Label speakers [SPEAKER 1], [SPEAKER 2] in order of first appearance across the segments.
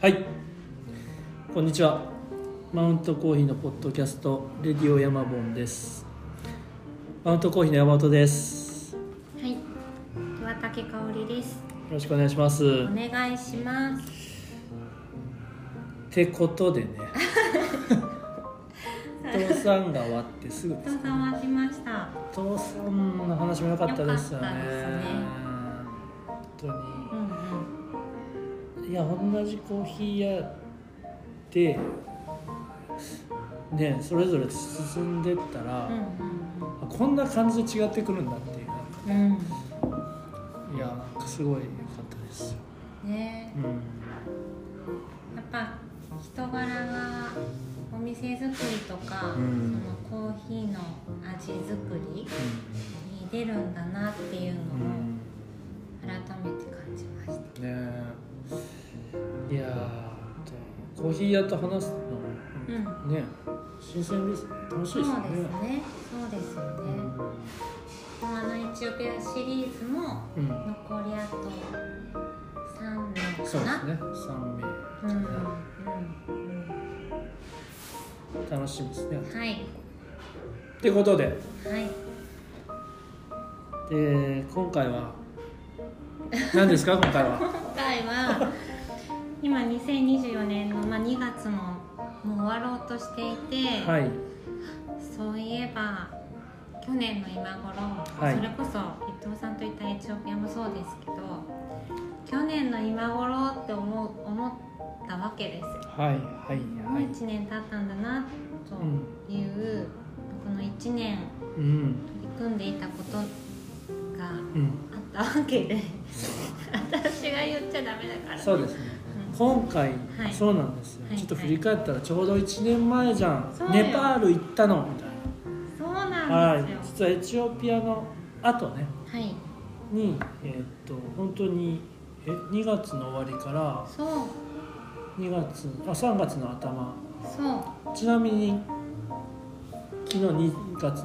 [SPEAKER 1] はいこんにちはマウントコーヒーのポッドキャストレディオヤマボンですマウントコーヒーの山本ですよ
[SPEAKER 2] はい、岩竹香織です。
[SPEAKER 1] ろしくお願いします
[SPEAKER 2] お
[SPEAKER 1] っ
[SPEAKER 2] 願いします。
[SPEAKER 1] てこと でね父さんが終わってすぐ
[SPEAKER 2] お
[SPEAKER 1] です
[SPEAKER 2] 疲れ様しました。
[SPEAKER 1] 父さんの話も良かったですよね
[SPEAKER 2] 良かったですねう
[SPEAKER 1] 本
[SPEAKER 2] ん
[SPEAKER 1] 当にいや同じコーヒー屋でねそれぞれ進んでったら、
[SPEAKER 2] うん
[SPEAKER 1] あこんな感じで違ってくるんだっていうね
[SPEAKER 2] うんうん。
[SPEAKER 1] いやなんかすごい良かったですよ、
[SPEAKER 2] うん。ね
[SPEAKER 1] う、ん、
[SPEAKER 2] やっぱ人柄がお店作りとか、
[SPEAKER 1] うん
[SPEAKER 2] そのコーヒーの味作りに出るんだなっていうのを
[SPEAKER 1] うん
[SPEAKER 2] 改めて感じました。
[SPEAKER 1] ねえいやーとコーヒー屋と話すの、ね新鮮ですね楽しい
[SPEAKER 2] そう
[SPEAKER 1] で
[SPEAKER 2] ですす
[SPEAKER 1] ね
[SPEAKER 2] ね。そうですよ
[SPEAKER 1] う
[SPEAKER 2] ね。あのエチオピアシリーズも
[SPEAKER 1] ん、うん
[SPEAKER 2] 残りあと3名
[SPEAKER 1] そう
[SPEAKER 2] か
[SPEAKER 1] で
[SPEAKER 2] な
[SPEAKER 1] すね三名
[SPEAKER 2] うんうん
[SPEAKER 1] 楽しみですね
[SPEAKER 2] うんはい
[SPEAKER 1] ってことで
[SPEAKER 2] はい
[SPEAKER 1] で今回は何ですか今回 は
[SPEAKER 2] 今回は今2024年の、まあ、2月ももう終わろうとしていて、
[SPEAKER 1] はい
[SPEAKER 2] そういえば去年の今頃、
[SPEAKER 1] はい
[SPEAKER 2] それこそ伊藤さんといたエチオピアもそうですけど去年の今頃って思う思ったわけです
[SPEAKER 1] はいはい
[SPEAKER 2] も
[SPEAKER 1] は
[SPEAKER 2] う
[SPEAKER 1] い
[SPEAKER 2] 1年経ったんだなという、この1年
[SPEAKER 1] うん
[SPEAKER 2] 取り組んでいたことが
[SPEAKER 1] うん
[SPEAKER 2] あったわけで私が言っちゃダメだから
[SPEAKER 1] そううですね今回、
[SPEAKER 2] はい
[SPEAKER 1] そうなんですよ、
[SPEAKER 2] はい
[SPEAKER 1] ちょっと振り返ったらちょうど1年前じゃん
[SPEAKER 2] そうよ
[SPEAKER 1] ネパール行ったのみたい
[SPEAKER 2] んそう
[SPEAKER 1] なは
[SPEAKER 2] なん
[SPEAKER 1] い
[SPEAKER 2] ですよ
[SPEAKER 1] 実はエチオピアの後ね
[SPEAKER 2] はい、
[SPEAKER 1] にえーっと本当にえ2月の終わりから
[SPEAKER 2] そう
[SPEAKER 1] 2月あ3月の頭
[SPEAKER 2] そう
[SPEAKER 1] ちなみに昨日2月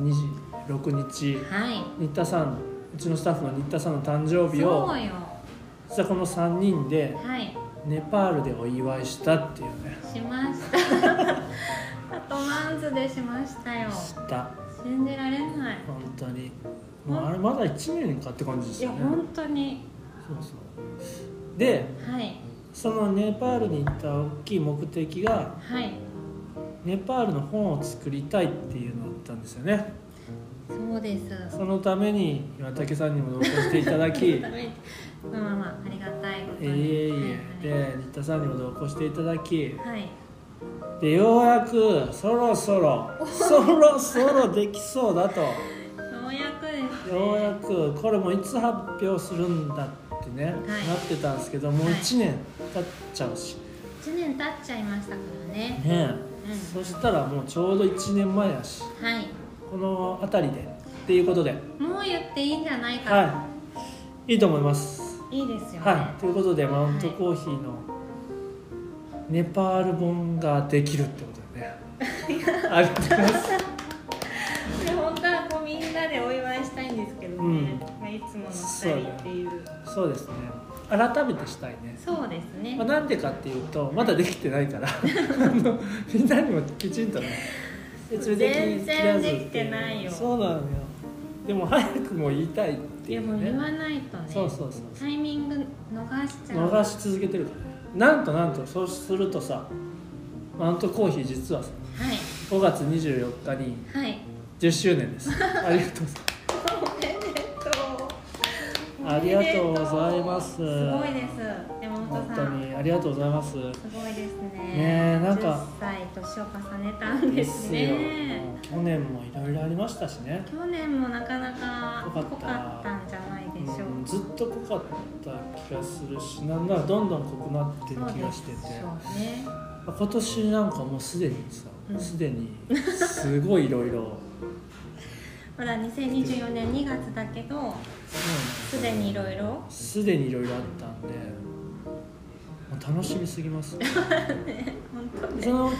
[SPEAKER 1] 26日
[SPEAKER 2] はい
[SPEAKER 1] 新田さんうちのスタッフの新田さんの誕生
[SPEAKER 2] そう
[SPEAKER 1] 日
[SPEAKER 2] よ
[SPEAKER 1] を
[SPEAKER 2] はい
[SPEAKER 1] 実はこの3人でネパールでお祝いしたっていうね
[SPEAKER 2] しました あとマンズでしましたよ
[SPEAKER 1] した
[SPEAKER 2] 信じられない
[SPEAKER 1] 本当にもうあれまだ1年かって感じで
[SPEAKER 2] い
[SPEAKER 1] す
[SPEAKER 2] や
[SPEAKER 1] よね
[SPEAKER 2] 本当に
[SPEAKER 1] そうそうで
[SPEAKER 2] はい
[SPEAKER 1] そのネパールに行った大きい目的が
[SPEAKER 2] はい
[SPEAKER 1] ネパールの本を作りたいっていうのだったんですよね
[SPEAKER 2] そうです
[SPEAKER 1] そのために岩竹さんにも同行していただ き
[SPEAKER 2] ダメまあまあまあありがたいこと
[SPEAKER 1] えい
[SPEAKER 2] に
[SPEAKER 1] えいえ
[SPEAKER 2] はい
[SPEAKER 1] で新田さんにも同行していただき
[SPEAKER 2] はい、はい
[SPEAKER 1] でようやくそろそろそろそろできそうだと
[SPEAKER 2] ようやくですね
[SPEAKER 1] ようやくこれもいつ発表するんだってね、
[SPEAKER 2] い
[SPEAKER 1] なってたんですけどもう
[SPEAKER 2] はい
[SPEAKER 1] 1年経っちゃうし、
[SPEAKER 2] 1年経っちゃいましたからね
[SPEAKER 1] ねえ、
[SPEAKER 2] うん
[SPEAKER 1] そしたらもうちょうど1年前やし
[SPEAKER 2] はい
[SPEAKER 1] この辺りでっていうことで
[SPEAKER 2] もう言っていいんじゃないかな、
[SPEAKER 1] はいいいと思います、
[SPEAKER 2] い、いですよね、
[SPEAKER 1] はいということでマウントコーヒーのネパール本ができるってことだねありがとうございます
[SPEAKER 2] で本当はこうみんなでお祝いしたいんですけどね、
[SPEAKER 1] うん
[SPEAKER 2] まあ、いつもの2人っていう
[SPEAKER 1] そうですね改めてしたいね
[SPEAKER 2] そうですね
[SPEAKER 1] まあ、なんでかっていうとまだできてないから あのみんなにもきちんとね
[SPEAKER 2] そう全然できてないよ
[SPEAKER 1] そうなのよでも早くも言いたいって
[SPEAKER 2] い
[SPEAKER 1] い
[SPEAKER 2] や
[SPEAKER 1] う
[SPEAKER 2] もう
[SPEAKER 1] ね
[SPEAKER 2] 言わないとね
[SPEAKER 1] そうそうそう
[SPEAKER 2] タイミング逃しちゃう
[SPEAKER 1] 逃し続けてるからなんとなんとそうするとさマウントコーヒー実はさ
[SPEAKER 2] は
[SPEAKER 1] 5月24日に
[SPEAKER 2] いはい
[SPEAKER 1] 10周年ですあ りがとうございます
[SPEAKER 2] おめでとう
[SPEAKER 1] ありがとうございます
[SPEAKER 2] すごいです山本
[SPEAKER 1] 本
[SPEAKER 2] さ
[SPEAKER 1] 当
[SPEAKER 2] ん
[SPEAKER 1] にありがとうございます
[SPEAKER 2] すごいですね
[SPEAKER 1] ねえなんか
[SPEAKER 2] 10歳年を重ねたんですね
[SPEAKER 1] ですよ去年もいろいろありましたしね
[SPEAKER 2] 去年もなかなか
[SPEAKER 1] 濃
[SPEAKER 2] 濃
[SPEAKER 1] か
[SPEAKER 2] か
[SPEAKER 1] っ
[SPEAKER 2] ったたんじゃないでしょ
[SPEAKER 1] うん
[SPEAKER 2] うか
[SPEAKER 1] ずっと濃かった気がするしなんならどんどん濃くなってる気がしてて
[SPEAKER 2] そうでしょうね
[SPEAKER 1] 今年なんかもうすでにさ
[SPEAKER 2] うん
[SPEAKER 1] すでにすごいい ろいろ
[SPEAKER 2] まだ2024年2月だけどすでにいろいろ
[SPEAKER 1] すでにいろいろあったんでもう楽しみすぎます
[SPEAKER 2] 本
[SPEAKER 1] そ
[SPEAKER 2] 当ね
[SPEAKER 1] のね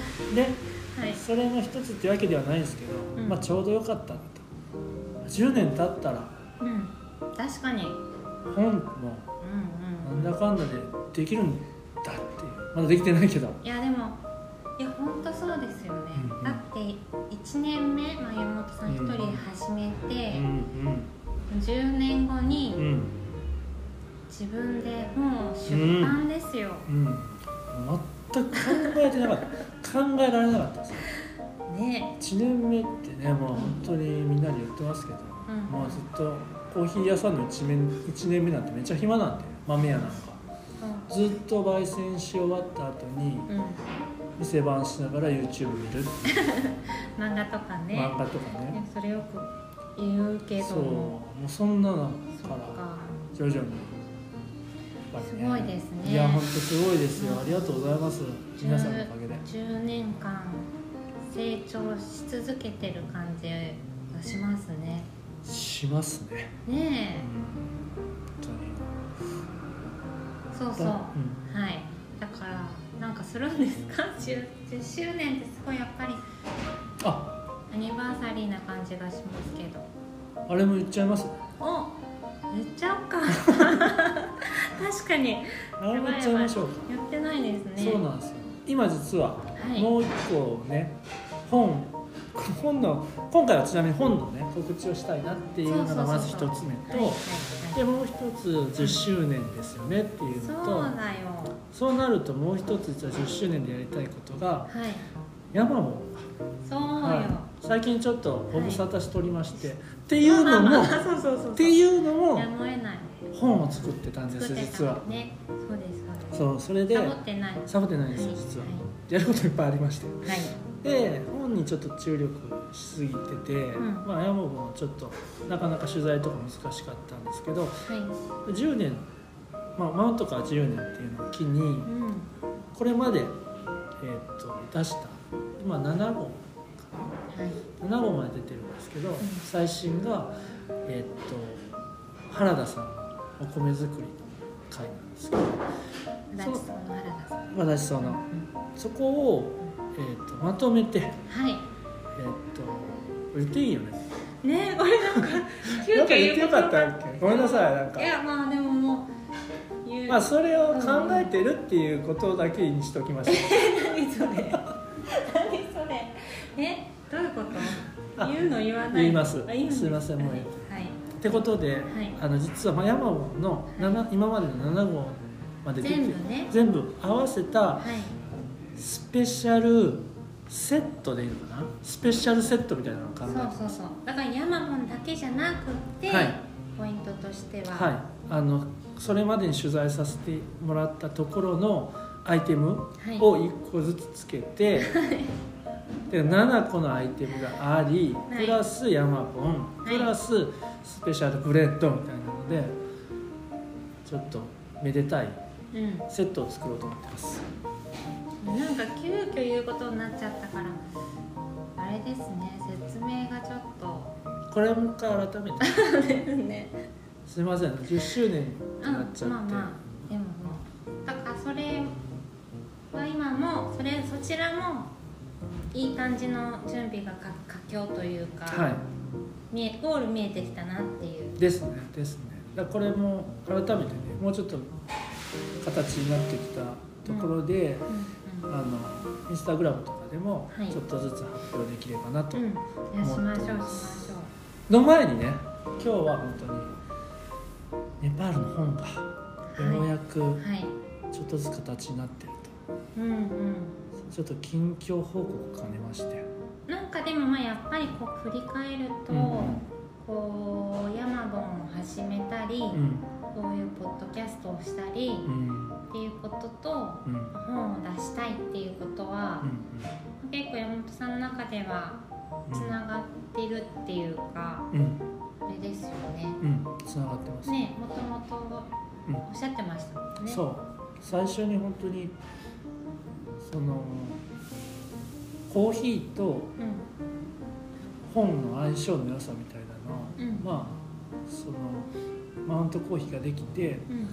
[SPEAKER 2] はい
[SPEAKER 1] それの一つってわけではないんですけど、
[SPEAKER 2] うん
[SPEAKER 1] まあちょうどよかったなと10年経ったら
[SPEAKER 2] うん確かにうん
[SPEAKER 1] 本も
[SPEAKER 2] うん
[SPEAKER 1] なんだかんだでできるんだっていうまだできてないけど
[SPEAKER 2] いやでもいや本当そうですよね、
[SPEAKER 1] うんうん
[SPEAKER 2] だって1年目、まあ、山本さん1人で始め
[SPEAKER 1] うん
[SPEAKER 2] て、10年後
[SPEAKER 1] うんう
[SPEAKER 2] に
[SPEAKER 1] ん
[SPEAKER 2] 自分で本を出版ですよ、
[SPEAKER 1] うん全く考えてなかった考えられなかったです
[SPEAKER 2] ね
[SPEAKER 1] 1年目ってねもう本当にみんなに言ってますけど、
[SPEAKER 2] うん
[SPEAKER 1] もうずっとコーヒー屋さんの 1, 面1年目なんてめっちゃ暇なんで豆屋なんか
[SPEAKER 2] そう
[SPEAKER 1] ずっと焙煎し終わった後に
[SPEAKER 2] うん
[SPEAKER 1] 店番しながら YouTube 見るっていう
[SPEAKER 2] 漫画とかね
[SPEAKER 1] 漫画とかね
[SPEAKER 2] ねそれよく言うけど
[SPEAKER 1] そう
[SPEAKER 2] も
[SPEAKER 1] もうそんなの
[SPEAKER 2] そっ
[SPEAKER 1] から
[SPEAKER 2] か
[SPEAKER 1] 徐々にやっぱり
[SPEAKER 2] すごいですね
[SPEAKER 1] いや本当すごいですよありがとうございます
[SPEAKER 2] 十
[SPEAKER 1] 皆さんのおかげで
[SPEAKER 2] 10年間成長し続けてる感じがしますね
[SPEAKER 1] しますねうん
[SPEAKER 2] ね
[SPEAKER 1] 本当に
[SPEAKER 2] えそうそう、
[SPEAKER 1] だ
[SPEAKER 2] はいだからなんかするんですか 10, 10周年ってすごいやっぱり
[SPEAKER 1] うんあ
[SPEAKER 2] アニバーサリーな感じがしますけど
[SPEAKER 1] あれも言っちゃいます
[SPEAKER 2] お言っちゃ おうか確かに
[SPEAKER 1] あれも言っちゃいましょうか
[SPEAKER 2] 言ってないですね
[SPEAKER 1] そうなんですよ今実は
[SPEAKER 2] はい
[SPEAKER 1] もう一個ね本本の今回はちなみに本のね告知をしたいなっていうのがまず一つ
[SPEAKER 2] そうそう
[SPEAKER 1] 目
[SPEAKER 2] はいはい
[SPEAKER 1] と
[SPEAKER 2] はい
[SPEAKER 1] でもう一つ10周年ですよねっていう
[SPEAKER 2] そう
[SPEAKER 1] の
[SPEAKER 2] だ
[SPEAKER 1] と
[SPEAKER 2] よ
[SPEAKER 1] そうなるともう一つ実は10周年でやりたいことが
[SPEAKER 2] はい
[SPEAKER 1] ヤマモン
[SPEAKER 2] そうよ、
[SPEAKER 1] はい、最近ちょっとご無沙汰しておりまして、っていうのもっ
[SPEAKER 2] そうそうそう
[SPEAKER 1] ていうの
[SPEAKER 2] う
[SPEAKER 1] も
[SPEAKER 2] やむを得ない
[SPEAKER 1] 本を作ってたんで
[SPEAKER 2] 作
[SPEAKER 1] す
[SPEAKER 2] って
[SPEAKER 1] 実
[SPEAKER 2] た
[SPEAKER 1] は
[SPEAKER 2] もんねそうですそうです
[SPEAKER 1] そうそれで
[SPEAKER 2] サボってない
[SPEAKER 1] サボってないんですよ実はやることいっぱいありまして
[SPEAKER 2] はい
[SPEAKER 1] で本にちょっと注力しすぎてて、
[SPEAKER 2] ん
[SPEAKER 1] まあ、山本もちょっとなかなか取材とか難しかったんですけど
[SPEAKER 2] はい、はい
[SPEAKER 1] 10年、まあ、マウントから10年っていうのを機に
[SPEAKER 2] うん
[SPEAKER 1] これまで、えー、と出した今7号
[SPEAKER 2] はい
[SPEAKER 1] 7号まで出てるんですけど、最新が、えー、と原田さんのお米作りの回なんですけど
[SPEAKER 2] ライスの原田さん
[SPEAKER 1] 私そのそこを、えー、とまとめて、
[SPEAKER 2] はい
[SPEAKER 1] えー、と言っていいよね
[SPEAKER 2] ね えこれなんか急
[SPEAKER 1] や
[SPEAKER 2] 遽
[SPEAKER 1] っぱ言ってよかった
[SPEAKER 2] 言う
[SPEAKER 1] っけごめんなさいなん
[SPEAKER 2] こと
[SPEAKER 1] か
[SPEAKER 2] いやまあでももう言う
[SPEAKER 1] まあそれを考えてるっていうことだけにしときましょ
[SPEAKER 2] 何それ何それえどういうこと
[SPEAKER 1] あ
[SPEAKER 2] 言うの言わ
[SPEAKER 1] う
[SPEAKER 2] ない
[SPEAKER 1] 言います
[SPEAKER 2] あ言うんです
[SPEAKER 1] いませんもう
[SPEAKER 2] はい
[SPEAKER 1] いってことで、
[SPEAKER 2] い
[SPEAKER 1] あの実はまあヤマゴンの7今までの7号まで出て
[SPEAKER 2] 全部ね
[SPEAKER 1] 全部合わせた
[SPEAKER 2] はい
[SPEAKER 1] スペシャルセットでいいのかなスペシャルセットみたいなのを考
[SPEAKER 2] そ
[SPEAKER 1] え
[SPEAKER 2] う
[SPEAKER 1] て
[SPEAKER 2] そうそうだからヤマモンだけじゃなくて、
[SPEAKER 1] はい
[SPEAKER 2] ポイントとしては
[SPEAKER 1] はいあのそれまでに取材させてもらったところのアイテム
[SPEAKER 2] はい
[SPEAKER 1] を1個ずつつけて、で7個のアイテムがあり
[SPEAKER 2] はい
[SPEAKER 1] プラス山本
[SPEAKER 2] は
[SPEAKER 1] プ
[SPEAKER 2] い
[SPEAKER 1] ラススペシャルブレッドみたいなのでちょっとめでたい
[SPEAKER 2] うん、
[SPEAKER 1] セットを作ろうと思ってます
[SPEAKER 2] なんか急遽言うことになっちゃったからあれですね説明がちょっと
[SPEAKER 1] これもう一回改めて
[SPEAKER 2] ね
[SPEAKER 1] すいません10周年
[SPEAKER 2] う
[SPEAKER 1] に
[SPEAKER 2] ん
[SPEAKER 1] なっちゃって、
[SPEAKER 2] まあまあでももうだからそれは今もそれそちらもいい感じの準備がか佳境というか、
[SPEAKER 1] はい
[SPEAKER 2] 見えゴール見えてきたなっていう
[SPEAKER 1] ですねですねだからこれも改めてねもうちょっと形になってきたところで、
[SPEAKER 2] うんう
[SPEAKER 1] あ
[SPEAKER 2] ん
[SPEAKER 1] のインスタグラムとかでも
[SPEAKER 2] はい
[SPEAKER 1] ちょっとずつ発表できればなと、
[SPEAKER 2] うん、いやしましょうしましょう
[SPEAKER 1] の前にね今日は本当にネパールの本がようやく
[SPEAKER 2] はい
[SPEAKER 1] ちょっとずつ形になってると、
[SPEAKER 2] うんうん
[SPEAKER 1] ちょっと近況報告兼ねまして、
[SPEAKER 2] なんかでもまあやっぱりこう振り返ると、
[SPEAKER 1] うん
[SPEAKER 2] こうヤマボンを始めたり、
[SPEAKER 1] うん
[SPEAKER 2] こういうポッドキャストをしたり、
[SPEAKER 1] うんうん
[SPEAKER 2] っていうことと
[SPEAKER 1] うんうん
[SPEAKER 2] 本を出したいっていうことは、結構山本さんの中ではつながってるっていうか、
[SPEAKER 1] うんうん
[SPEAKER 2] あれですよね。
[SPEAKER 1] うんつながってます、
[SPEAKER 2] ねもともと
[SPEAKER 1] うん
[SPEAKER 2] おっしゃってましたもんね。
[SPEAKER 1] そう最初に本当にそのコーヒーと
[SPEAKER 2] うん
[SPEAKER 1] 本の相性の良さみたいなのを、
[SPEAKER 2] うん
[SPEAKER 1] まあそのマウントコーヒーができて
[SPEAKER 2] うん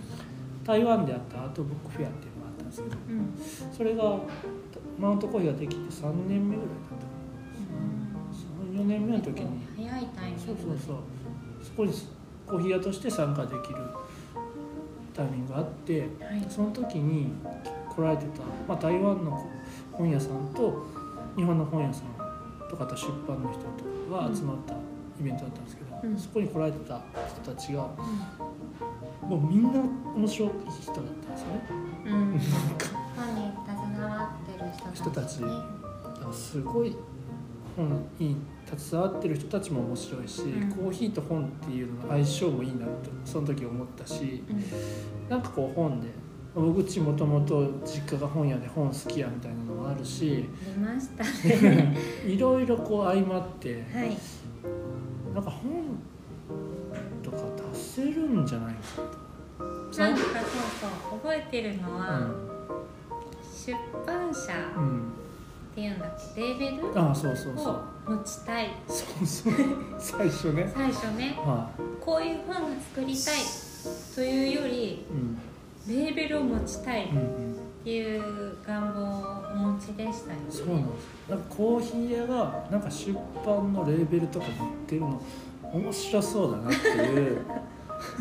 [SPEAKER 1] 台湾であったアートブックフェアっていうのがあったんですけど
[SPEAKER 2] うん
[SPEAKER 1] それがマウントコーヒーができて3年目ぐらいだった
[SPEAKER 2] うん
[SPEAKER 1] 34年目の時
[SPEAKER 2] 結構
[SPEAKER 1] に
[SPEAKER 2] 早いタイミング
[SPEAKER 1] そうそうそうそこにコーヒー屋として参加できるタイミングがあって
[SPEAKER 2] はい
[SPEAKER 1] その時に結来られてた、まあ、台湾の本屋さんと日本の本屋さんとかあと出版の人とかが集まったイベントだったんですけど、
[SPEAKER 2] うん
[SPEAKER 1] そこに来られてた人たちがもうみんな面白い人だったんですよね。
[SPEAKER 2] う ん、うん、本に携わってる人たち
[SPEAKER 1] 人
[SPEAKER 2] ね
[SPEAKER 1] だからすごい本に携わってる人たちも面白いし、
[SPEAKER 2] うん
[SPEAKER 1] コーヒーと本っていうのの相性もいいなとその時思ったし
[SPEAKER 2] うん
[SPEAKER 1] なんかこう本で僕ちもともと実家が本屋で本好きやみたいなのもある し
[SPEAKER 2] 出ましたね
[SPEAKER 1] いろいろこう相まって
[SPEAKER 2] はい
[SPEAKER 1] なんか本とか出せるんじゃないかと。
[SPEAKER 2] なんかそうそう覚えてるの
[SPEAKER 1] う
[SPEAKER 2] は、
[SPEAKER 1] ん
[SPEAKER 2] 出版社
[SPEAKER 1] う
[SPEAKER 2] っ
[SPEAKER 1] ん、
[SPEAKER 2] ていうんだっけレーベル
[SPEAKER 1] ああそうそうそ
[SPEAKER 2] を
[SPEAKER 1] う
[SPEAKER 2] 持ちたい
[SPEAKER 1] そうそう最初ね
[SPEAKER 2] 最初ね
[SPEAKER 1] は
[SPEAKER 2] こういう本が作りたいというより
[SPEAKER 1] い、うん
[SPEAKER 2] レーベルを持ちたいっ
[SPEAKER 1] うんうん、
[SPEAKER 2] ていう願望をお持ちでしたよね
[SPEAKER 1] そうなんですなんかコーヒー屋がなんか出版のレーベルとか持ってるの面白そうだなっていう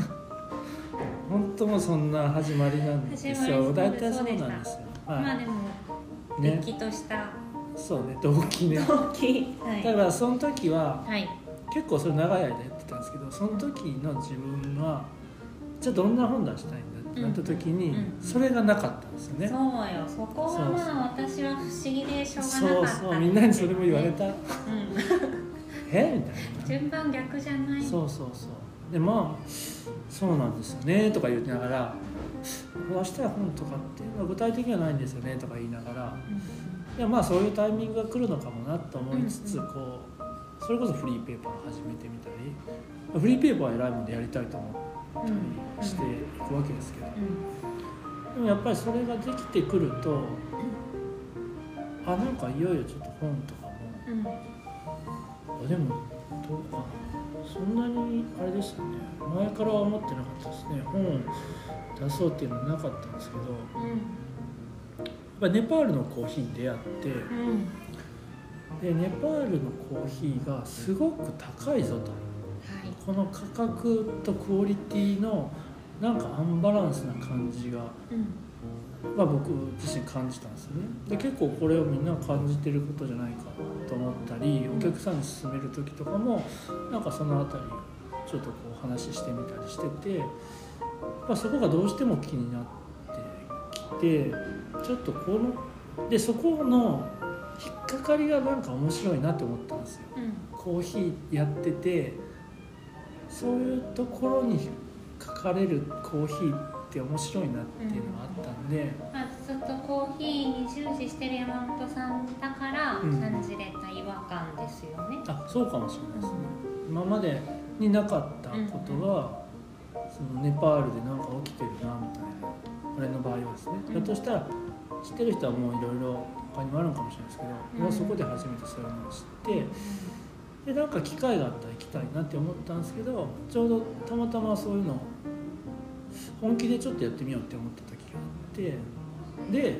[SPEAKER 1] 本当もうそんな始まりなんです
[SPEAKER 2] 始まりそ
[SPEAKER 1] よ
[SPEAKER 2] うで
[SPEAKER 1] 大体そうなん
[SPEAKER 2] そうで
[SPEAKER 1] で
[SPEAKER 2] し
[SPEAKER 1] すよ
[SPEAKER 2] まあ
[SPEAKER 1] は
[SPEAKER 2] でも
[SPEAKER 1] い
[SPEAKER 2] れっ
[SPEAKER 1] ね
[SPEAKER 2] きとした
[SPEAKER 1] そうね動機ね
[SPEAKER 2] 動機は
[SPEAKER 1] だ
[SPEAKER 2] い
[SPEAKER 1] からその時は
[SPEAKER 2] はい
[SPEAKER 1] 結構それ長い間やってたんですけどその時の自分はじゃあどんな本出したいんだってなった時に
[SPEAKER 2] うんうん
[SPEAKER 1] それがなかったんですよね、
[SPEAKER 2] そうよそこがまあ私は不思議でしょう
[SPEAKER 1] そ
[SPEAKER 2] が
[SPEAKER 1] う
[SPEAKER 2] なかった
[SPEAKER 1] そうみんなにそれも言われ
[SPEAKER 2] う
[SPEAKER 1] た
[SPEAKER 2] ん
[SPEAKER 1] えみたいな
[SPEAKER 2] 順番逆じゃない
[SPEAKER 1] そうそうそうでまあそうなんですよねとか言いながら出したい本とかっていうのは具体的にはないんですよねとか言いながら
[SPEAKER 2] うん
[SPEAKER 1] いやまあそういうタイミングが来るのかもなと思いつつ、
[SPEAKER 2] うんう
[SPEAKER 1] こうそれこそフリーペーパーを始めてみたりフリーペーパーは偉いもんでやりたいと思
[SPEAKER 2] う
[SPEAKER 1] っ
[SPEAKER 2] ん
[SPEAKER 1] たりしていくわけですけど、
[SPEAKER 2] うん
[SPEAKER 1] でもやっぱりそれができてくるとあなんかいよいよちょっと本とかも
[SPEAKER 2] うん
[SPEAKER 1] あでもどうかなそんなにあれでしたね前からは思ってなかったですね本を出そうっていうのはなかったんですけどや
[SPEAKER 2] う
[SPEAKER 1] っぱネパールのコーヒーに出会っ
[SPEAKER 2] んうん
[SPEAKER 1] てでネパールのコーヒーがすごく高いぞと
[SPEAKER 2] はい
[SPEAKER 1] この価格とクオリティのなんかアンバランスな感じが、
[SPEAKER 2] うん
[SPEAKER 1] まあ、僕自身感じたんですよねで結構これをみんな感じてることじゃないかと思ったりお客さんに勧める時とかもなんかその辺りをちょっとこうお話ししてみたりしてて、まあ、そこがどうしても気になってきてちょっとこのでそこの引っかかりがなんか面白いなって思ったんですよ。
[SPEAKER 2] うん
[SPEAKER 1] コーヒーやっててそういうところに書かれるコーヒーって面白いなっていうのがあったんで、
[SPEAKER 2] まあずっとコーヒーに終始してる山本さんだから
[SPEAKER 1] うん
[SPEAKER 2] 感じれた違和感ですよね。
[SPEAKER 1] あそうかもしれないですね、今までになかったことが、そのネパールでなんか起きてるなみたいな俺の場合はですね、
[SPEAKER 2] うん
[SPEAKER 1] ひょっとしたら知ってる人はもういろいろ他にもあるのかもしれないですけど、
[SPEAKER 2] うん
[SPEAKER 1] もうそこで初めてそういうのを知って。でなんか機会があったら行きたいなって思ったんですけどちょうどたまたまそういうの本気でちょっとやってみようって思った時があってで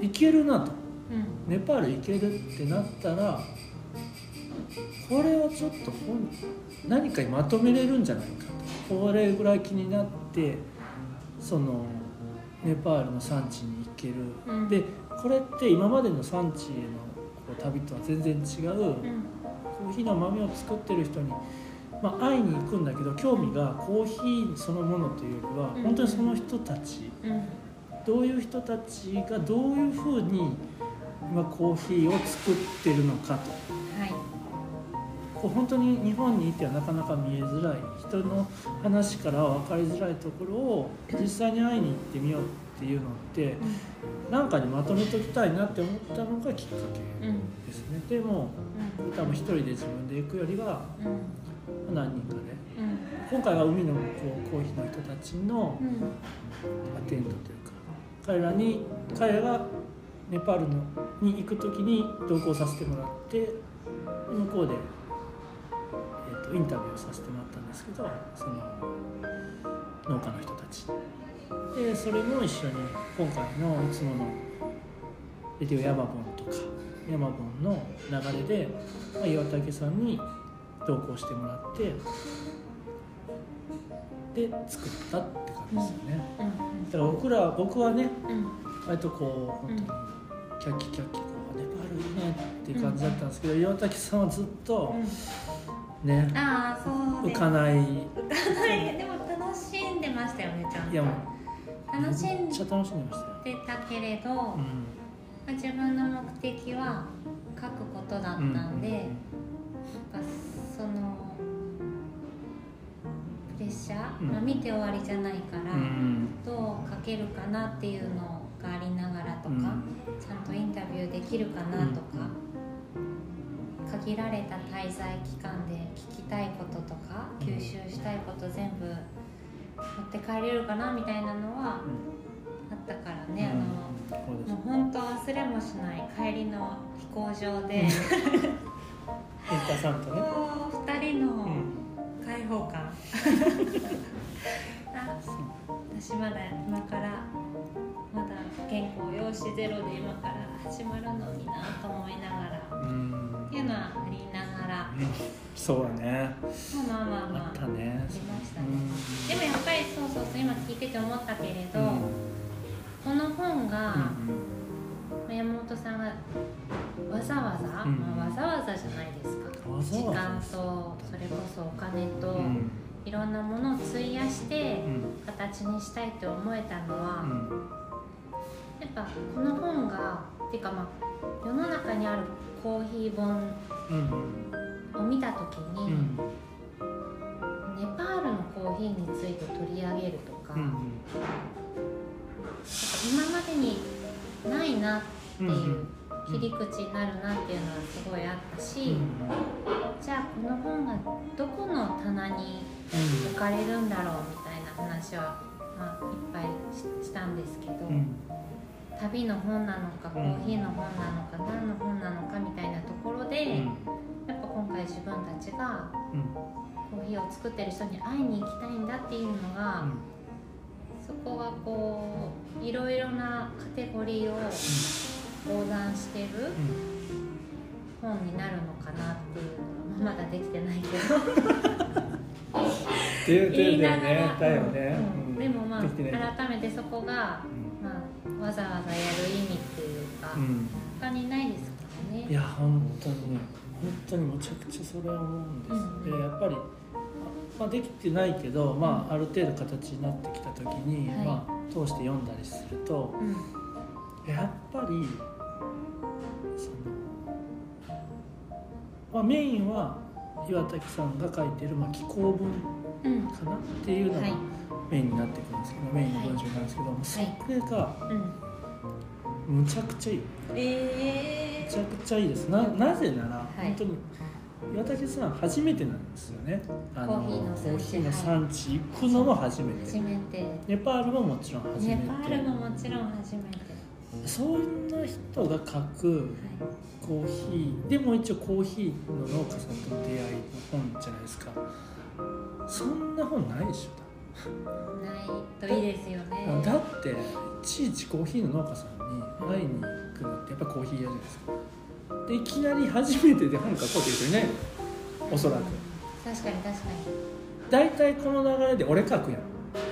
[SPEAKER 1] 行けるなと
[SPEAKER 2] うん
[SPEAKER 1] ネパール行けるってなったらこれはちょっと本何かにまとめれるんじゃないかとこれぐらい気になってそのネパールの産地に行ける、
[SPEAKER 2] うん
[SPEAKER 1] でこれって今までの産地へのこう旅とは全然違う、
[SPEAKER 2] うん
[SPEAKER 1] コーヒーの豆を作ってる人に、まあ、会いに行くんだけど興味がコーヒーそのものというよりは
[SPEAKER 2] うん
[SPEAKER 1] 本当にその人たち
[SPEAKER 2] うん
[SPEAKER 1] どういう人たちがどういうふうに今コーヒーを作ってるのかと
[SPEAKER 2] はい
[SPEAKER 1] こう本当に日本にいてはなかなか見えづらい人の話からは分かりづらいところを実際に会いに行ってみようっていうのって何かにまとめときたいなって思ったのがきっか
[SPEAKER 2] う
[SPEAKER 1] け
[SPEAKER 2] んうん
[SPEAKER 1] ですね。でも多分一人で自分で行くよりは
[SPEAKER 2] うんうん
[SPEAKER 1] 何人かで、今回は海のこうコーヒーの人たちの
[SPEAKER 2] うん
[SPEAKER 1] アテンドというか彼らに彼らがネパールのに行く時に同行させてもらって向こうで、えー、とインタビューをさせてもらったんですけどその農家の人たちでそれも一緒に今回のいつものレディオヤマボンとかヤマボンの流れで、まあ、岩竹さんに同行してもらってで作ったって感じですよね。
[SPEAKER 2] うん
[SPEAKER 1] だから僕ら僕はね
[SPEAKER 2] うん
[SPEAKER 1] 割とこう本当にキャッキキャッキこうネパールいいねっていう感じだったんですけど、岩崎さんはずっとね、
[SPEAKER 2] ああそう
[SPEAKER 1] 浮
[SPEAKER 2] です
[SPEAKER 1] かない
[SPEAKER 2] 浮かないでも楽しんでましたよねちゃんと
[SPEAKER 1] いやもう
[SPEAKER 2] 楽しん
[SPEAKER 1] めっ
[SPEAKER 2] で
[SPEAKER 1] ちゃ楽しんでましたよ、
[SPEAKER 2] たけれど、
[SPEAKER 1] う
[SPEAKER 2] ま
[SPEAKER 1] ん
[SPEAKER 2] あ自分の目的は書くことだったんで、
[SPEAKER 1] う
[SPEAKER 2] やっぱそのプレッシャー、
[SPEAKER 1] うん
[SPEAKER 2] まあ、見て終わりじゃないから、
[SPEAKER 1] うん
[SPEAKER 2] どう書けるかなっていうのがありながらとか、
[SPEAKER 1] うん
[SPEAKER 2] ちゃんとインタビューできるかなとか、限られた滞在期間で聞きたいこととか
[SPEAKER 1] うん
[SPEAKER 2] 吸収したいこと全部持って帰れるかなみたいなのはあったからね、あ
[SPEAKER 1] う
[SPEAKER 2] の
[SPEAKER 1] んそうです
[SPEAKER 2] もう本当忘れもしない帰りの飛行場で、
[SPEAKER 1] エンタさんとね、
[SPEAKER 2] もう2人
[SPEAKER 1] う
[SPEAKER 2] の
[SPEAKER 1] ん、
[SPEAKER 2] 開放 感あ私まだ今からまだ原稿用紙ゼロで今から始まるのになと思いながら
[SPEAKER 1] うん
[SPEAKER 2] っていうのはありながら
[SPEAKER 1] そうだね
[SPEAKER 2] まあまあまあ
[SPEAKER 1] あ
[SPEAKER 2] ま
[SPEAKER 1] った
[SPEAKER 2] あ
[SPEAKER 1] ね
[SPEAKER 2] ありましたねでもやっぱりそうそうそう今聞いてて思ったけれど、
[SPEAKER 1] うん
[SPEAKER 2] この本が、
[SPEAKER 1] うん
[SPEAKER 2] 山本さんがわざわざ、
[SPEAKER 1] うん
[SPEAKER 2] まあ、わざわざじゃないですか
[SPEAKER 1] わざわざ
[SPEAKER 2] 時間とそれこそお金と、
[SPEAKER 1] うん
[SPEAKER 2] いろんなものを費やして、
[SPEAKER 1] うん
[SPEAKER 2] 形にしたいって思えたのは、
[SPEAKER 1] うん
[SPEAKER 2] やっぱこの本がっていうかまあ世の中にあるコーヒー本
[SPEAKER 1] うん
[SPEAKER 2] を見た時
[SPEAKER 1] う
[SPEAKER 2] に、
[SPEAKER 1] ん
[SPEAKER 2] ネパールのコーヒーについて取り上げるとか,、
[SPEAKER 1] う
[SPEAKER 2] なんか
[SPEAKER 1] ん
[SPEAKER 2] 今までにないなっていう
[SPEAKER 1] うん
[SPEAKER 2] 切り口になるなっていうのはすごいあったし、
[SPEAKER 1] うん
[SPEAKER 2] じゃあこの本がどこの棚に置かれるんだろうみたいな話は、まあ、いっぱいししたんですけど。
[SPEAKER 1] うん
[SPEAKER 2] 旅の本なのかコ
[SPEAKER 1] うん
[SPEAKER 2] ーヒーの本なのか何の本なのかみたいなところで、やっぱ今回自分たちがコーヒーを作ってる人に会いに行きたいんだっていうのが、そこがこういろいろなカテゴリーを横断してる本になるのかなっていうのはまだできてないけ ど
[SPEAKER 1] っていう
[SPEAKER 2] 言い
[SPEAKER 1] だよ
[SPEAKER 2] なが
[SPEAKER 1] ね
[SPEAKER 2] ら
[SPEAKER 1] だよね
[SPEAKER 2] うんでもまあ
[SPEAKER 1] できてない
[SPEAKER 2] 改めてそこが、まあ、わざわざやる意味っていうか、
[SPEAKER 1] うん
[SPEAKER 2] 他にないですからね。
[SPEAKER 1] いや本当にね本当にむちゃくちゃそれは思うんです、
[SPEAKER 2] うん
[SPEAKER 1] でやっぱり、まあ、できてないけど、まあ、ある程度形になってきた時に、
[SPEAKER 2] はい
[SPEAKER 1] まあ、通して読んだりすると
[SPEAKER 2] うん
[SPEAKER 1] やっぱりその、まあ、メインは岩崎さんが書いてる、まあ、気候文
[SPEAKER 2] うん
[SPEAKER 1] かなっていうのが
[SPEAKER 2] はい
[SPEAKER 1] メインになってくるんですけど、メインの文章なんですけど、もうそれが
[SPEAKER 2] うん
[SPEAKER 1] むちゃくちゃいい。
[SPEAKER 2] え
[SPEAKER 1] めちゃくちゃいいですななぜなら、
[SPEAKER 2] い
[SPEAKER 1] 本当に岩竹さん初めてなんですよねあ
[SPEAKER 2] コーヒーの産地
[SPEAKER 1] コーヒーの産地行くのも初め
[SPEAKER 2] ー、
[SPEAKER 1] て、
[SPEAKER 2] 初めて
[SPEAKER 1] ネパールももちろん初め
[SPEAKER 2] ネ
[SPEAKER 1] て
[SPEAKER 2] パールももちろん初めて
[SPEAKER 1] そんな人が書くコーヒーでも一応コーヒーの農家さんとの出会いの本じゃないですかそんな本ないでしょ
[SPEAKER 2] はいないといいですよね
[SPEAKER 1] だだっていちいちコーヒーの農家さんに会いに行くのってやっぱコーヒー屋じゃないですかでいきなり初めてで本書こうっていう人いないおそらく
[SPEAKER 2] 確かに確かに
[SPEAKER 1] 大体この流れで俺書くやん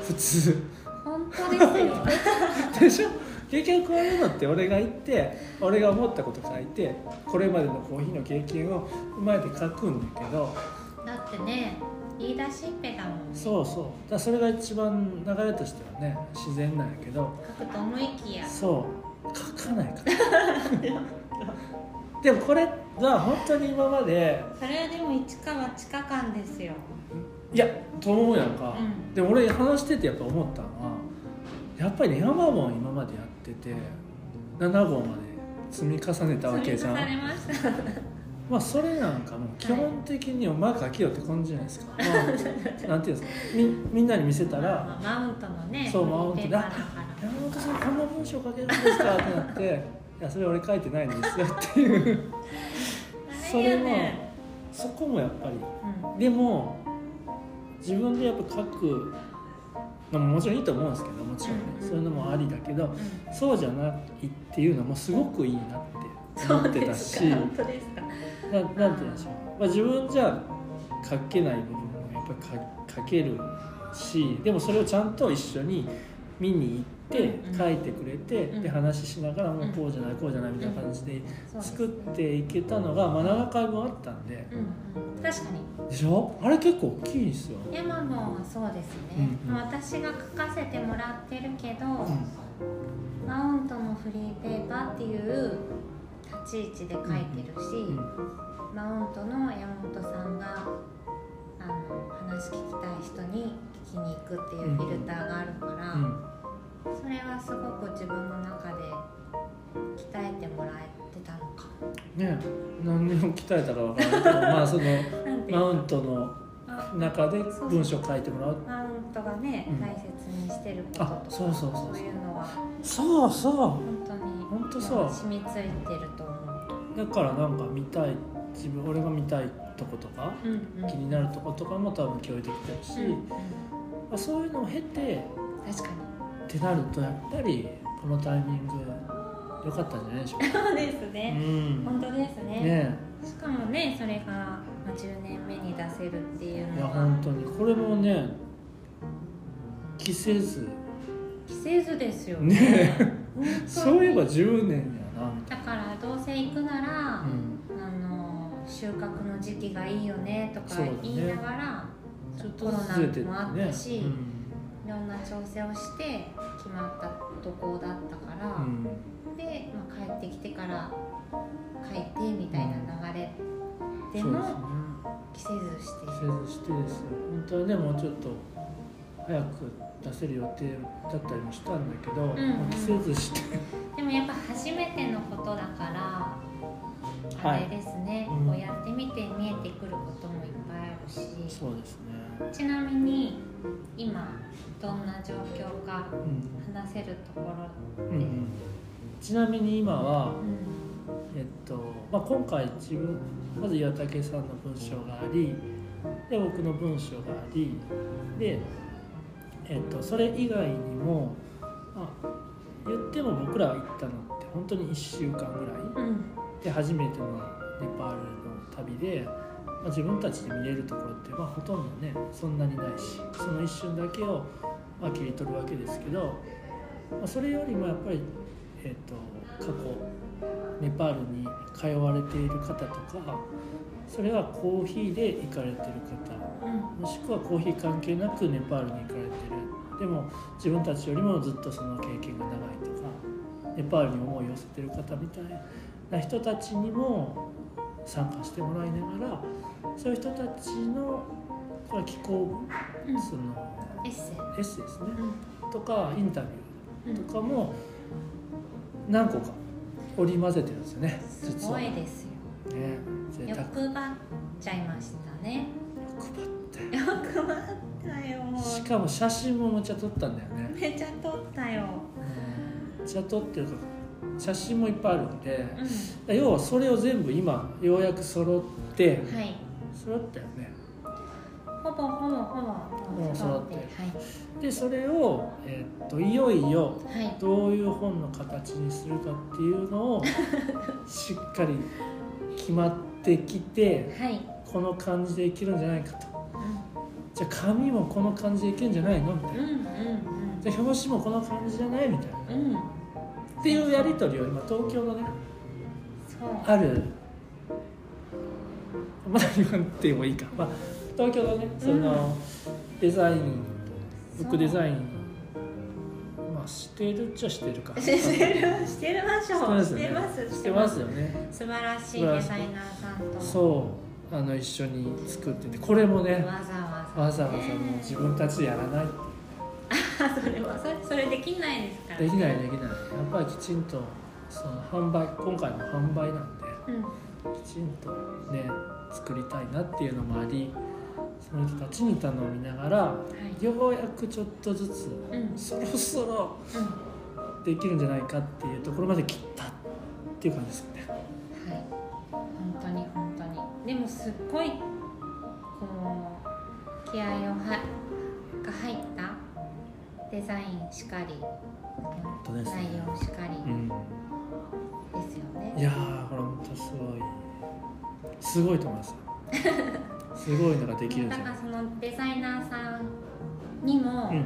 [SPEAKER 1] 普通
[SPEAKER 2] 本当です
[SPEAKER 1] でし
[SPEAKER 2] よ
[SPEAKER 1] ょ結局こういうのって俺が行って俺が思ったこと書いてこれまでのコーヒーの経験を踏まえて書くんだけど
[SPEAKER 2] だってね言い出しっぺだもん
[SPEAKER 1] そ
[SPEAKER 2] 書
[SPEAKER 1] うそうだからそれが一番流れとしてはね自然なんやけど
[SPEAKER 2] くと思いきや
[SPEAKER 1] そう書かないからでもこれが本当に今まで
[SPEAKER 2] それはでも市川地下館ですよ
[SPEAKER 1] いやと思うやんか、
[SPEAKER 2] うん
[SPEAKER 1] でも俺話しててやっぱ思ったのはやっぱりね山本今までやってて7号まで積み重ねたわけじゃ
[SPEAKER 2] され
[SPEAKER 1] ん
[SPEAKER 2] ました
[SPEAKER 1] まあそれなんかもう基本的にお前書きよって感じじゃないですか、まあ、なんていうんですかみみんなに見せたら
[SPEAKER 2] まあマウントのね
[SPEAKER 1] そうマウント
[SPEAKER 2] ペー
[SPEAKER 1] で
[SPEAKER 2] パーだか
[SPEAKER 1] 「山本さんこんな文章書けるんですか?」ってな って「いやそれ俺書いてないんですよ」っていう
[SPEAKER 2] ら
[SPEAKER 1] それ
[SPEAKER 2] あ
[SPEAKER 1] も
[SPEAKER 2] れよ ね
[SPEAKER 1] そこもやっぱり
[SPEAKER 2] うん
[SPEAKER 1] でも自分でやっぱ書くのももちろんいいと思うんですけどもちろんね、
[SPEAKER 2] うん
[SPEAKER 1] そういうのもありだけど
[SPEAKER 2] うん
[SPEAKER 1] そうじゃないっていうのもすごくいいなって思
[SPEAKER 2] そ
[SPEAKER 1] っ
[SPEAKER 2] う
[SPEAKER 1] てた
[SPEAKER 2] です
[SPEAKER 1] し
[SPEAKER 2] か 本当ですか
[SPEAKER 1] ななんて言うんでしょう、まあ、自分じゃ書けない部分もやっぱり書書けるしでもそれをちゃんと一緒に見に行って
[SPEAKER 2] うん
[SPEAKER 1] 書いてくれて、
[SPEAKER 2] うん
[SPEAKER 1] で話しながらもう
[SPEAKER 2] うん
[SPEAKER 1] こうじゃないこうじゃないみたいな感じで
[SPEAKER 2] そうです
[SPEAKER 1] 作っていけたのがまあ7回分あったんで
[SPEAKER 2] うんうん、確かに
[SPEAKER 1] でしょあれ結構大きいですよ、
[SPEAKER 2] 今もそうですね、
[SPEAKER 1] うんうん
[SPEAKER 2] 私が書かせてもらってるけど、
[SPEAKER 1] う
[SPEAKER 2] マウントのフリーペーパーっていう立ち位置で書いてるし、
[SPEAKER 1] ん
[SPEAKER 2] マウントの山本さんがあの話聞きたい人に聞きに行くっていうフィルターがあるから、
[SPEAKER 1] うん
[SPEAKER 2] それはすごく自分の中で鍛えてもらえてたのかも
[SPEAKER 1] ね何を鍛えたかわからな いけどまあその
[SPEAKER 2] なんていう
[SPEAKER 1] マ
[SPEAKER 2] か
[SPEAKER 1] ウントの
[SPEAKER 2] あ
[SPEAKER 1] 中で文章書いてもらう
[SPEAKER 2] マウントがね、
[SPEAKER 1] うん
[SPEAKER 2] 大切にしてることとか
[SPEAKER 1] あそうそうそうそう
[SPEAKER 2] いうのは
[SPEAKER 1] そうそ
[SPEAKER 2] 本当に
[SPEAKER 1] ほんとそう
[SPEAKER 2] 染みついてると思う、
[SPEAKER 1] うだからなんか見たい自分俺が見たいとことか
[SPEAKER 2] うんうん
[SPEAKER 1] 気になるとことかも多分共有できたし、
[SPEAKER 2] うんうん
[SPEAKER 1] まあ、そういうのを経て
[SPEAKER 2] 確かに
[SPEAKER 1] ってなるとやっぱりこのタイミング良かったんじゃないでしょうか。
[SPEAKER 2] そうです
[SPEAKER 1] う
[SPEAKER 2] ね、
[SPEAKER 1] ん
[SPEAKER 2] 本当ですね
[SPEAKER 1] ね
[SPEAKER 2] しかもねそれがまあ10年目に出せるっていう
[SPEAKER 1] いや
[SPEAKER 2] のは
[SPEAKER 1] 本当にこれもね着せず
[SPEAKER 2] 季節ですよね
[SPEAKER 1] ね
[SPEAKER 2] 本当に
[SPEAKER 1] そういえば10年やなみ
[SPEAKER 2] だからどうせ行く
[SPEAKER 1] た
[SPEAKER 2] なら
[SPEAKER 1] いな、、うん、
[SPEAKER 2] あの収穫の時期がいいよねと
[SPEAKER 1] そ
[SPEAKER 2] か
[SPEAKER 1] うだね
[SPEAKER 2] 言いながら、
[SPEAKER 1] ちょっとずれてって
[SPEAKER 2] コロナもあったし
[SPEAKER 1] ね、
[SPEAKER 2] いろんな調整をして決まったとこだったか
[SPEAKER 1] うんう
[SPEAKER 2] ら、
[SPEAKER 1] ん
[SPEAKER 2] で、まあ、帰ってきてから書いてみたいな流れで
[SPEAKER 1] そうです
[SPEAKER 2] も季節している
[SPEAKER 1] ね着せずしてですよ本当はねもうちょっと早く出せる予定だったりもしたんだけど、
[SPEAKER 2] ん
[SPEAKER 1] もう着せずして
[SPEAKER 2] でもやっぱ初めてのことだから、
[SPEAKER 1] はい
[SPEAKER 2] あれですね、
[SPEAKER 1] うん
[SPEAKER 2] こうやってみて見えてくることもいっぱいあるし
[SPEAKER 1] そうですね、
[SPEAKER 2] ちなみに今どんな状況か
[SPEAKER 1] うん
[SPEAKER 2] 話せるところ
[SPEAKER 1] うんうんちなみに今は
[SPEAKER 2] う、ん
[SPEAKER 1] えっとまあ、今回自分まず岩竹さんの文章がありで僕の文章がありで、えっと、それ以外にも、まあ、言っても僕ら行ったのって本当に1週間ぐらい
[SPEAKER 2] うん
[SPEAKER 1] で初めてのネパールの旅で、まあ、自分たちで見れるところって、まあ、ほとんどねそんなにないしその一瞬だけを、まあ、切り取るわけですけど、まあ、それよりもやっぱり、えー、と過去ネパールに通われている方とかそれはコーヒーで行かれてる方
[SPEAKER 2] うん
[SPEAKER 1] もしくはコーヒー関係なくネパールに行かれてるでも自分たちよりもずっとその経験が長いとかネパールに思いを寄せてる方みたいな人たちにも参加してもらいながらそういう人たちのこれは気候
[SPEAKER 2] うん
[SPEAKER 1] その
[SPEAKER 2] エッセイ
[SPEAKER 1] エッセイですね
[SPEAKER 2] う
[SPEAKER 1] とかインタビ
[SPEAKER 2] ん
[SPEAKER 1] ュ
[SPEAKER 2] う
[SPEAKER 1] ー
[SPEAKER 2] ん
[SPEAKER 1] とかも何個か織り交ぜてるんですよね
[SPEAKER 2] す
[SPEAKER 1] 実は
[SPEAKER 2] ごい
[SPEAKER 1] ね
[SPEAKER 2] ですよ
[SPEAKER 1] 贅沢
[SPEAKER 2] 欲張っちゃいましたね
[SPEAKER 1] 配って
[SPEAKER 2] 欲張ったよ
[SPEAKER 1] しかも写真もめっちゃ撮ったんだよね
[SPEAKER 2] めっちゃ撮ったよ
[SPEAKER 1] めっちゃ撮ってるから写真もいっぱいあるんで
[SPEAKER 2] う
[SPEAKER 1] 要はそれを全部今ようやく揃って
[SPEAKER 2] んはい
[SPEAKER 1] 揃ったよね
[SPEAKER 2] ほぼほぼほぼ
[SPEAKER 1] もう揃って
[SPEAKER 2] は
[SPEAKER 1] でそれを、えーっといよいよ
[SPEAKER 2] いはい
[SPEAKER 1] どういう本の形にするかっていうのをしっかり決まってきて
[SPEAKER 2] はい、
[SPEAKER 1] この感じでいけるんじゃないかとじゃあ紙もこの感じでいけるんじゃないのみたい
[SPEAKER 2] う
[SPEAKER 1] な
[SPEAKER 2] ん、う
[SPEAKER 1] ん
[SPEAKER 2] うん
[SPEAKER 1] じゃあ表紙もこの感じじゃないみたいな
[SPEAKER 2] うんうん
[SPEAKER 1] っていうやり取りを今東京のね
[SPEAKER 2] そう
[SPEAKER 1] あるまあ言わんでもいいか、まあ、東京のねそのデザイン、ブックデザインまあしてるっちゃしてるか
[SPEAKER 2] してるしてるましょうしてます
[SPEAKER 1] してますよね
[SPEAKER 2] 素晴らしいデザイナーさんと
[SPEAKER 1] そうあの一緒に作っててこれもね
[SPEAKER 2] わざわざ
[SPEAKER 1] わざわざもう自分たちでやらない
[SPEAKER 2] あ それはそれそれできないですから
[SPEAKER 1] できないできないやっぱりきちんとその販売今回も販売なんで
[SPEAKER 2] うん
[SPEAKER 1] きちんとね作りたいなっていうのもありその人たちに頼みながら
[SPEAKER 2] はい
[SPEAKER 1] ようやくちょっとずつ
[SPEAKER 2] うんうん
[SPEAKER 1] そろそろできるんじゃないかっていうところまで切ったっていう感じですよね。
[SPEAKER 2] はい本当に本当にでもすっごいこう気合いをはが入ったデザインしかり
[SPEAKER 1] 当ですね
[SPEAKER 2] 内容しかり
[SPEAKER 1] うん、
[SPEAKER 2] ですよね、
[SPEAKER 1] いやーこれ本当すごいすごいと思い ます。すごいのができるんじ
[SPEAKER 2] だ
[SPEAKER 1] ゃ
[SPEAKER 2] か
[SPEAKER 1] ない
[SPEAKER 2] らそのデザイナーさんにも、
[SPEAKER 1] うん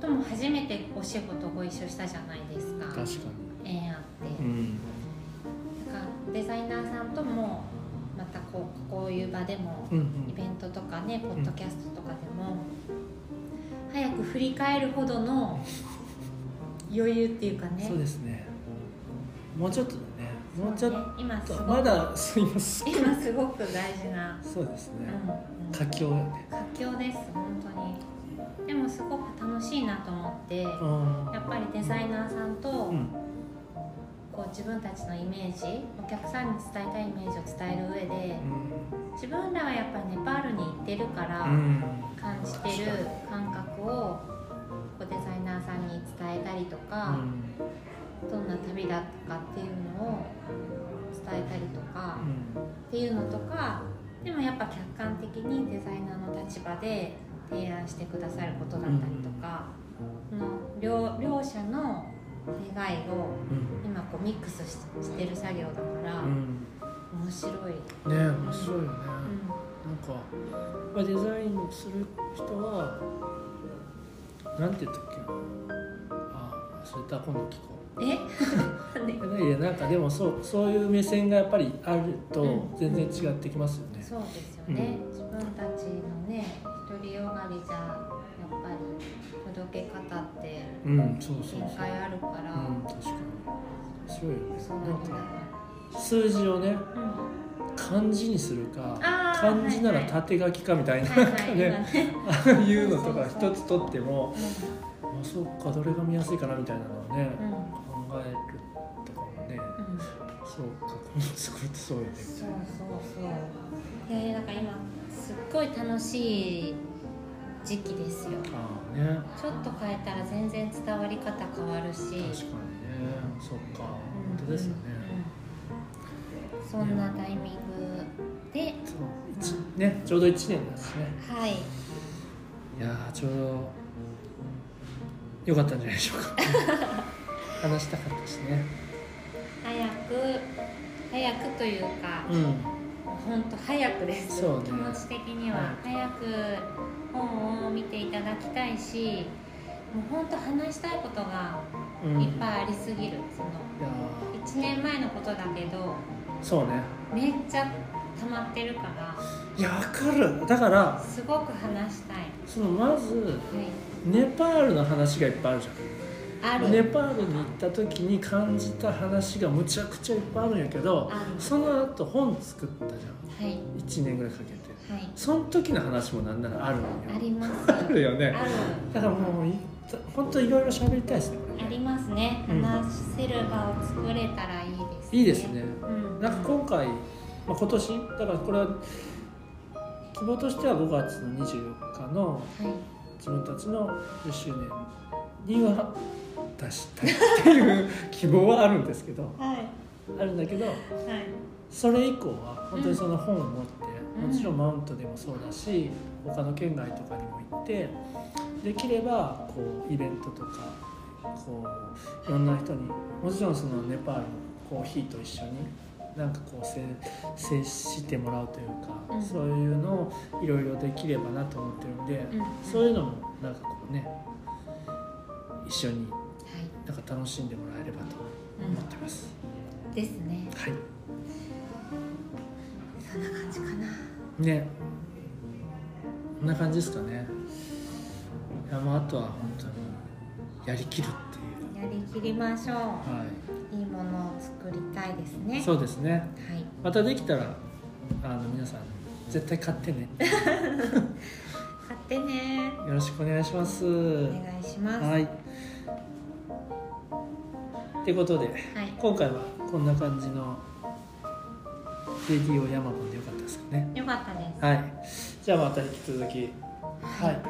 [SPEAKER 2] とも初めてお仕事ご一緒したじゃないですか
[SPEAKER 1] 確かに
[SPEAKER 2] 縁あっ
[SPEAKER 1] う
[SPEAKER 2] て、
[SPEAKER 1] ん
[SPEAKER 2] だからデザイナーさんともまたこうこういう場でも
[SPEAKER 1] うんう
[SPEAKER 2] イ
[SPEAKER 1] ん
[SPEAKER 2] ベントとかねポッドキャストとかでも、早く振り返るほどの余裕っていうかね
[SPEAKER 1] そうですねもうちょっとだねもうちょっ
[SPEAKER 2] 今す
[SPEAKER 1] と
[SPEAKER 2] ごく
[SPEAKER 1] まだすいません
[SPEAKER 2] 今すごく大事な、
[SPEAKER 1] そうです
[SPEAKER 2] うん
[SPEAKER 1] ね
[SPEAKER 2] うん
[SPEAKER 1] 佳境だね
[SPEAKER 2] 活況です本当にでもすごく楽しいなと思って、
[SPEAKER 1] う
[SPEAKER 2] や
[SPEAKER 1] ん
[SPEAKER 2] っぱりデザイナーさんと、
[SPEAKER 1] うん
[SPEAKER 2] こう自分たちのイメージお客さんに伝えたいイメージを伝える上で自分らはやっぱりネパールに行ってるから
[SPEAKER 1] うん
[SPEAKER 2] 感じてる感覚をこうデザイナーさんに伝えたりと
[SPEAKER 1] う
[SPEAKER 2] か、
[SPEAKER 1] ん
[SPEAKER 2] どんな旅だったかっていうのを伝えたりとか
[SPEAKER 1] う、ん
[SPEAKER 2] っていうのとかでもやっぱ客観的にデザイナーの立場で提案してくださることだったりとか、その両両者の願いを
[SPEAKER 1] うん
[SPEAKER 2] 今こうミックスししてる作業だから、
[SPEAKER 1] うん
[SPEAKER 2] 面白い、
[SPEAKER 1] ねえ面白いよね、
[SPEAKER 2] う
[SPEAKER 1] なんかまあデザインをする人はなんて言ったっけなあ忘れた今度聞こ
[SPEAKER 2] ん、え なんで
[SPEAKER 1] ういやなんかでもそうそういう目線がやっぱりあると
[SPEAKER 2] うん
[SPEAKER 1] 全然違ってきますよね、
[SPEAKER 2] そうですよね、自分たちのね独りよがりじゃやっぱり届け方って
[SPEAKER 1] うんそうそうそう、
[SPEAKER 2] 限界あるから、
[SPEAKER 1] うん確かに面白いよね
[SPEAKER 2] そうな
[SPEAKER 1] なんん
[SPEAKER 2] だ
[SPEAKER 1] か数字をね
[SPEAKER 2] うん、は
[SPEAKER 1] 漢字にするか
[SPEAKER 2] あー
[SPEAKER 1] 漢字なら縦書きかみたい
[SPEAKER 2] い
[SPEAKER 1] な、
[SPEAKER 2] はい、
[SPEAKER 1] ね
[SPEAKER 2] 今ね、
[SPEAKER 1] ああいうのとか
[SPEAKER 2] そうそう
[SPEAKER 1] 一つ取っても
[SPEAKER 2] う
[SPEAKER 1] あそっかどれが見やすいかなみたいなのをね、
[SPEAKER 2] んうん
[SPEAKER 1] 考えるとかもね、
[SPEAKER 2] うん
[SPEAKER 1] そうか、この作るってそうよね。
[SPEAKER 2] そうそうそう。えー、なんか今すっごい楽しい時期ですよ。
[SPEAKER 1] ああね、
[SPEAKER 2] ちょっと変えたら全然伝わり方変わるし。
[SPEAKER 1] 確かにね、そっか、
[SPEAKER 2] うん
[SPEAKER 1] 本当ですよね。
[SPEAKER 2] うんそんなタイミングで、
[SPEAKER 1] そう、一ね、ちょうど一年なんですね。
[SPEAKER 2] はい。
[SPEAKER 1] いやー、ちょうど良かったんじゃないでしょうか。 話したかったしね。
[SPEAKER 2] 早く早くというか、
[SPEAKER 1] うん、
[SPEAKER 2] 本当早くです。
[SPEAKER 1] そうね
[SPEAKER 2] 気持ち的には早く本を見ていただきたいし、もう本当話したいことが
[SPEAKER 1] うん、
[SPEAKER 2] いっぱいありすぎる。その。
[SPEAKER 1] いや
[SPEAKER 2] 1年前のことだけど
[SPEAKER 1] ー、そうね。
[SPEAKER 2] めっちゃ溜まってるから
[SPEAKER 1] いや、わかる。だから、
[SPEAKER 2] すごく話したい、
[SPEAKER 1] そのまず
[SPEAKER 2] はい、
[SPEAKER 1] ネパールの話がいっぱいあるじゃん。
[SPEAKER 2] ある、
[SPEAKER 1] ネパールに行った時に感じた話がむちゃくちゃいっぱいあるんやけど
[SPEAKER 2] あ
[SPEAKER 1] その後本作ったじゃ
[SPEAKER 2] はい
[SPEAKER 1] ん1年ぐらいかけて
[SPEAKER 2] はい
[SPEAKER 1] その時の話もなんならあるんよ
[SPEAKER 2] あります
[SPEAKER 1] あるよね
[SPEAKER 2] ある
[SPEAKER 1] だからもういった本当いろいろ喋りたいですねこれ
[SPEAKER 2] あ
[SPEAKER 1] ね
[SPEAKER 2] りますね
[SPEAKER 1] うん
[SPEAKER 2] 話せる場を作れたらいいですね
[SPEAKER 1] いいですね
[SPEAKER 2] うん
[SPEAKER 1] なんか今回、まあ、今年だからこれは希望としては5月の24日の
[SPEAKER 2] はい
[SPEAKER 1] 自分たちの10周年には出したいっていう希望はあるんですけど
[SPEAKER 2] はい
[SPEAKER 1] あるんだけど
[SPEAKER 2] はい
[SPEAKER 1] それ以降は本当にその本を持って、
[SPEAKER 2] うん
[SPEAKER 1] もちろんマウントでもそうだし他の県外とかにも行ってできればこうイベントとかこういろんな人にもちろんそのネパールのコーヒーと一緒になんかこう接接してもらうというか、
[SPEAKER 2] うん
[SPEAKER 1] そういうのをいろいろできればなと思ってるんで、
[SPEAKER 2] うん
[SPEAKER 1] そういうのもなんかこうね一緒に
[SPEAKER 2] はい
[SPEAKER 1] なんか楽しんでもらえればと思ってます。
[SPEAKER 2] うんですね
[SPEAKER 1] はい
[SPEAKER 2] そんな感じかな
[SPEAKER 1] ねこんな感じですかねいやもうあとは本当にやりきるっていう
[SPEAKER 2] やりきりましょ
[SPEAKER 1] は
[SPEAKER 2] ういいものを作りたいです
[SPEAKER 1] い
[SPEAKER 2] ね
[SPEAKER 1] そうですね
[SPEAKER 2] はい
[SPEAKER 1] またできたらあの皆さん絶対買 ってね
[SPEAKER 2] 買ってね
[SPEAKER 1] よろしくお願いします
[SPEAKER 2] お願いします
[SPEAKER 1] はいってことで
[SPEAKER 2] はい
[SPEAKER 1] 今回はこんな感じのレディオヤマボンでよかったですかね
[SPEAKER 2] よかったで
[SPEAKER 1] はい
[SPEAKER 2] す。
[SPEAKER 1] じゃあまた引き続きはい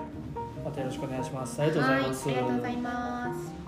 [SPEAKER 1] またよろしくお願いしますありがとうございます
[SPEAKER 2] はいありがとうございます。